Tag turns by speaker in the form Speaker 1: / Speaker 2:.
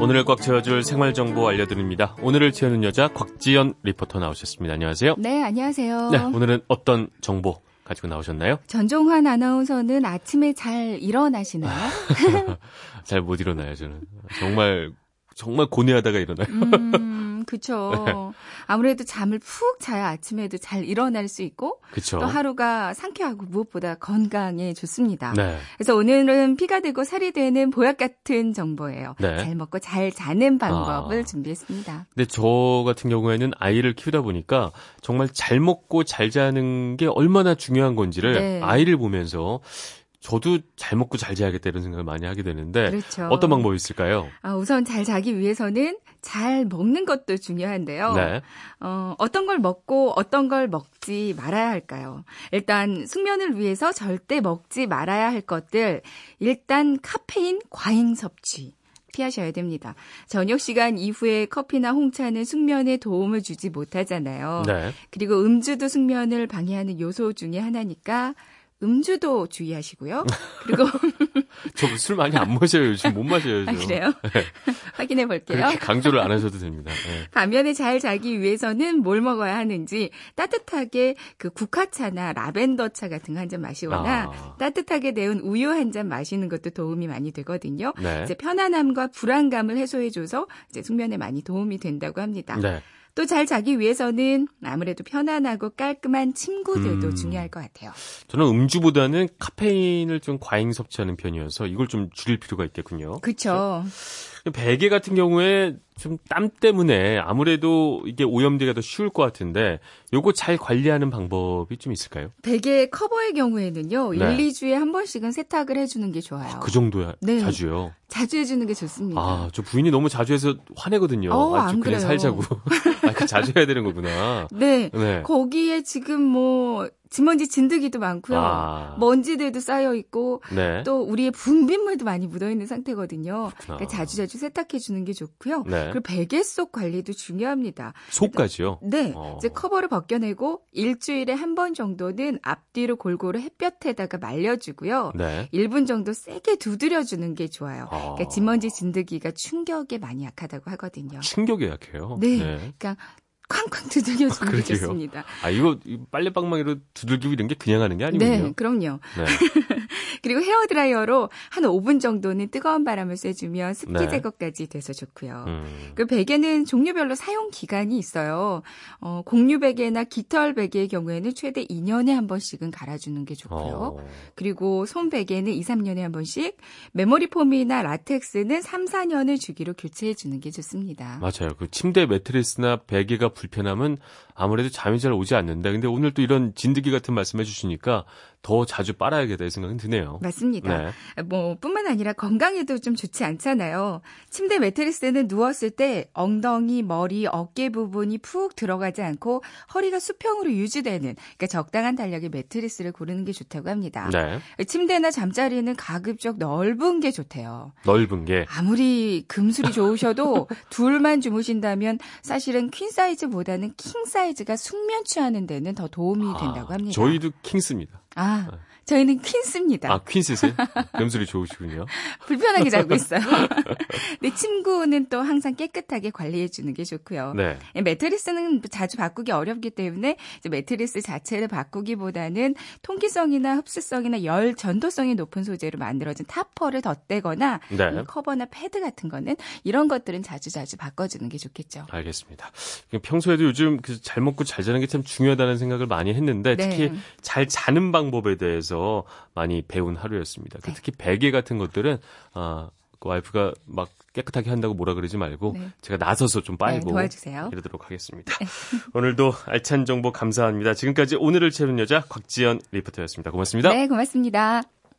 Speaker 1: 오늘을 꽉 채워줄 생활 정보 알려드립니다. 오늘을 채우는 여자 곽지연 리포터 나오셨습니다. 안녕하세요.
Speaker 2: 네, 안녕하세요.
Speaker 1: 어. 네, 오늘은 어떤 정보 가지고 나오셨나요?
Speaker 2: 전종환 아나운서는 아침에 잘 일어나시나요?
Speaker 1: 아. 잘 못 일어나요, 저는. 정말 정말 고뇌하다가 일어나요.
Speaker 2: 음, 그쵸.
Speaker 1: 네.
Speaker 2: 아무래도 잠을 푹 자야 아침에도 잘 일어날 수 있고
Speaker 1: 그쵸?
Speaker 2: 또 하루가 상쾌하고 무엇보다 건강에 좋습니다.
Speaker 1: 네.
Speaker 2: 그래서 오늘은 피가 되고 살이 되는 보약 같은 정보예요.
Speaker 1: 네.
Speaker 2: 잘 먹고 잘 자는 방법을
Speaker 1: 아.
Speaker 2: 준비했습니다.
Speaker 1: 근데 저 같은 경우에는 아이를 키우다 보니까 정말 잘 먹고 잘 자는 게 얼마나 중요한 건지를
Speaker 2: 네.
Speaker 1: 아이를 보면서 저도 잘 먹고 잘 자야겠다 이런 생각을 많이 하게 되는데
Speaker 2: 그렇죠.
Speaker 1: 네. 어떤 방법이 있을까요?
Speaker 2: 아, 우선 잘 자기 위해서는 잘 먹는 것도 중요한데요.
Speaker 1: 네.
Speaker 2: 어, 어떤 걸 먹고 어떤 걸 먹지 말아야 할까요? 일단 숙면을 위해서 절대 먹지 말아야 할 것들 일단 카페인 과잉 섭취 피하셔야 됩니다. 저녁 시간 이후에 커피나 홍차는 숙면에 도움을 주지 못하잖아요.
Speaker 1: 네.
Speaker 2: 그리고 음주도 숙면을 방해하는 요소 중에 하나니까 음주도 주의하시고요. 그리고
Speaker 1: 저 술 많이 안 마셔요. 요즘 못 마셔요. 저.
Speaker 2: 아, 그래요? 확인해 볼게요.
Speaker 1: 네. 그렇게 강조를 안 하셔도 됩니다. 네.
Speaker 2: 반면에 잘 자기 위해서는 뭘 먹어야 하는지 따뜻하게 그 국화차나 라벤더차 같은 거 한 잔 마시거나
Speaker 1: 아.
Speaker 2: 따뜻하게 데운 우유 한 잔 마시는 것도 도움이 많이 되거든요.
Speaker 1: 네.
Speaker 2: 이제 편안함과 불안감을 해소해줘서 이제 숙면에 많이 도움이 된다고 합니다.
Speaker 1: 네.
Speaker 2: 또 잘 자기 위해서는 아무래도 편안하고 깔끔한 친구들도
Speaker 1: 음.
Speaker 2: 중요할 것 같아요.
Speaker 1: 저는 음주보다는 카페인을 좀 과잉 섭취하는 편이어서 이걸 좀 줄일 필요가 있겠군요.
Speaker 2: 그렇죠.
Speaker 1: 네. 베개 같은 경우에 좀 땀 때문에 아무래도 이게 오염되기가 더 쉬울 것 같은데 요거 잘 관리하는 방법이 좀 있을까요?
Speaker 2: 베개 커버의 경우에는요,
Speaker 1: 네.
Speaker 2: 1, 2주에 한 번씩은 세탁을 해주는 게 좋아요.
Speaker 1: 그 정도야
Speaker 2: 네.
Speaker 1: 자주요.
Speaker 2: 자주 해주는 게 좋습니다.
Speaker 1: 아, 저 부인이 너무 자주 해서 화내거든요.
Speaker 2: 어,
Speaker 1: 아,
Speaker 2: 안
Speaker 1: 좀 그냥
Speaker 2: 그래요.
Speaker 1: 살자고. 아, 그 자주 해야 되는 거구나.
Speaker 2: 네.
Speaker 1: 네.
Speaker 2: 거기에 지금 뭐 지먼지 진드기도 많고요.
Speaker 1: 아.
Speaker 2: 먼지들도 쌓여 있고
Speaker 1: 네.
Speaker 2: 또 우리의 분비물도 많이 묻어 있는 상태거든요.
Speaker 1: 그렇구나.
Speaker 2: 그러니까 자주자주 세탁해 주는 게 좋고요.
Speaker 1: 아. 네.
Speaker 2: 그리고 베개 속 관리도 중요합니다.
Speaker 1: 속까지요.
Speaker 2: 네.
Speaker 1: 어.
Speaker 2: 이제 커버를 벗겨내고 일주일에 한 번 정도는 앞뒤로 골고루 햇볕에다가 말려주고요.
Speaker 1: 네.
Speaker 2: 1분 정도 세게 두드려 주는 게 좋아요. 그러니까
Speaker 1: 아.
Speaker 2: 지먼지 진드기가 충격에 많이 약하다고 하거든요.
Speaker 1: 충격이 약해요.
Speaker 2: 네. 그러니까 쾅쾅 두들겨 주는 게
Speaker 1: 그러게요.
Speaker 2: 좋습니다.
Speaker 1: 아, 이거 이 빨래방망이로 두들기고 이런 게 그냥 하는 게
Speaker 2: 네,
Speaker 1: 아니군요.
Speaker 2: 그럼요.
Speaker 1: 네.
Speaker 2: 그리고 헤어 드라이어로 한 5분 정도는 뜨거운 바람을 쐬주면 습기
Speaker 1: 네.
Speaker 2: 제거까지 돼서 좋고요.
Speaker 1: 음.
Speaker 2: 그 베개는 종류별로 사용 기간이 있어요. 어, 공유 베개나 깃털 베개의 경우에는 최대 2년에 한 번씩은 갈아주는 게 좋고요.
Speaker 1: 어.
Speaker 2: 그리고 손 베개는 2, 3년에 한 번씩, 메모리 폼이나 라텍스는 3, 4년을 주기로 교체해 주는 게 좋습니다.
Speaker 1: 맞아요. 그 침대 매트리스나 베개가 불편하면 아무래도 잠이 잘 오지 않는다. 근데 오늘 또 이런 진드기 같은 말씀해 주시니까 더 자주 빨아야겠다 이 생각은 드네요.
Speaker 2: 맞습니다.
Speaker 1: 네.
Speaker 2: 뭐 뿐만 아니라 건강에도 좀 좋지 않잖아요. 침대 매트리스는 누웠을 때 엉덩이, 머리, 어깨 부분이 푹 들어가지 않고 허리가 수평으로 유지되는 그러니까 적당한 달력의 매트리스를 고르는 게 좋다고 합니다.
Speaker 1: 네.
Speaker 2: 침대나 잠자리는 가급적 넓은 게 좋대요.
Speaker 1: 넓은 게.
Speaker 2: 아무리 금술이 좋으셔도 둘만 주무신다면 사실은 퀸 사이즈보다는 킹 사이즈가 숙면 취하는 데는 더 도움이 된다고
Speaker 1: 아,
Speaker 2: 합니다.
Speaker 1: 저희도 킹스입니다.
Speaker 2: 아, 저희는 퀸스입니다.
Speaker 1: 아, 퀸스세요? 금술이 좋으시군요.
Speaker 2: 불편하게 자고 있어요. 근데 침구는 또 항상 깨끗하게 관리해 주는 게 좋고요. 예,
Speaker 1: 네.
Speaker 2: 매트리스는 자주 바꾸기 어렵기 때문에 이제 매트리스 자체를 바꾸기보다는 통기성이나 흡수성이나 열 전도성이 높은 소재로 만들어진 타퍼를 덧대거나
Speaker 1: 네.
Speaker 2: 아니면 커버나 패드 같은 거는 이런 것들은 자주 자주 바꿔주는 게 좋겠죠.
Speaker 1: 알겠습니다. 평소에도 요즘 그잘 먹고 잘 자는 게 참 중요하다는 생각을 많이 했는데
Speaker 2: 네.
Speaker 1: 특히 잘 자는 방법에 대해서 많이 배운 하루였습니다. 그
Speaker 2: 네.
Speaker 1: 특히 베개 같은 것들은 아, 그 와이프가 막 깨끗하게 한다고 뭐라 그러지 말고
Speaker 2: 네.
Speaker 1: 제가 나서서 좀 빨고
Speaker 2: 네, 도와주세요. 네.
Speaker 1: 이러도록 하겠습니다. 오늘도 알찬 정보 감사합니다. 지금까지 오늘을 채우는 여자 곽지연 리포터였습니다. 고맙습니다.
Speaker 2: 네, 고맙습니다.